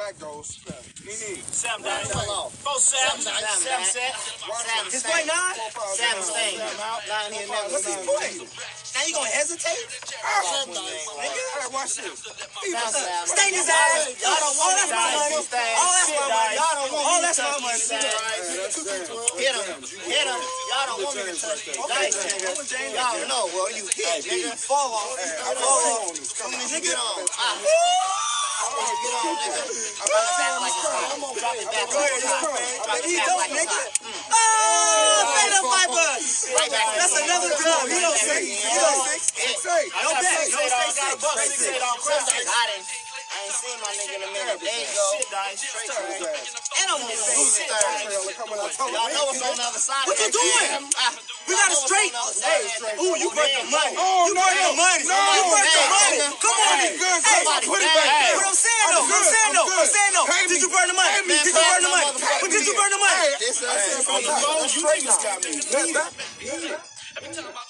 Back goes. Nene. Seven Right dice. down off. Four sevens. Seven dice. Seven sets. Right down. This way, nine. Four fouls. Seven Down. things. Nine here, nine. What's What's his this point? point? Now you gonna hesitate? Seven dice. Hey, watch this. Stain his ass. Y'all don't want that money. All that's my money. Y'all don't want. All that's my money. That's it. Hit him. Hit him. Y'all don't want me to touch you. Y'all know. Well, you hit, nigga. Fall off. I Fall off. don't know. Come on. Nigga, get on. Ah, I'm not back saying like it's it's hot. wrong. I'm on Drop it Go back like ahead, it's it's hot. wrong. Drop But it he back don't, like it's nigga. hot. Oh, straight up viper. Right back. That's another drop. He don't say. He don't say. Six, eight. No bet. Six, eight, all got a buck. Six, eight, all crap. I got him. I ain't seen my nigga in a minute. There you go. Shit dice. His ass. And I'm gonna say shit. Trailer coming out. Tell him, Y'all man, know what's on the other side. What you of that doing? jam. Ah, We got a straight. Hey, Ooh, you break the money. You break the money. No. You break the Hey, money. nigga. Come on, these girls. Hey, Somebody put it bang. back. Hey. What I'm saying though. What I'm good. saying I'm though. What I'm good. saying though. Pay Did me. you burn the money? me. Did you burn the money? Pay me. But did you burn the money? This is Hey, on the phone, you niggas got me. Let that-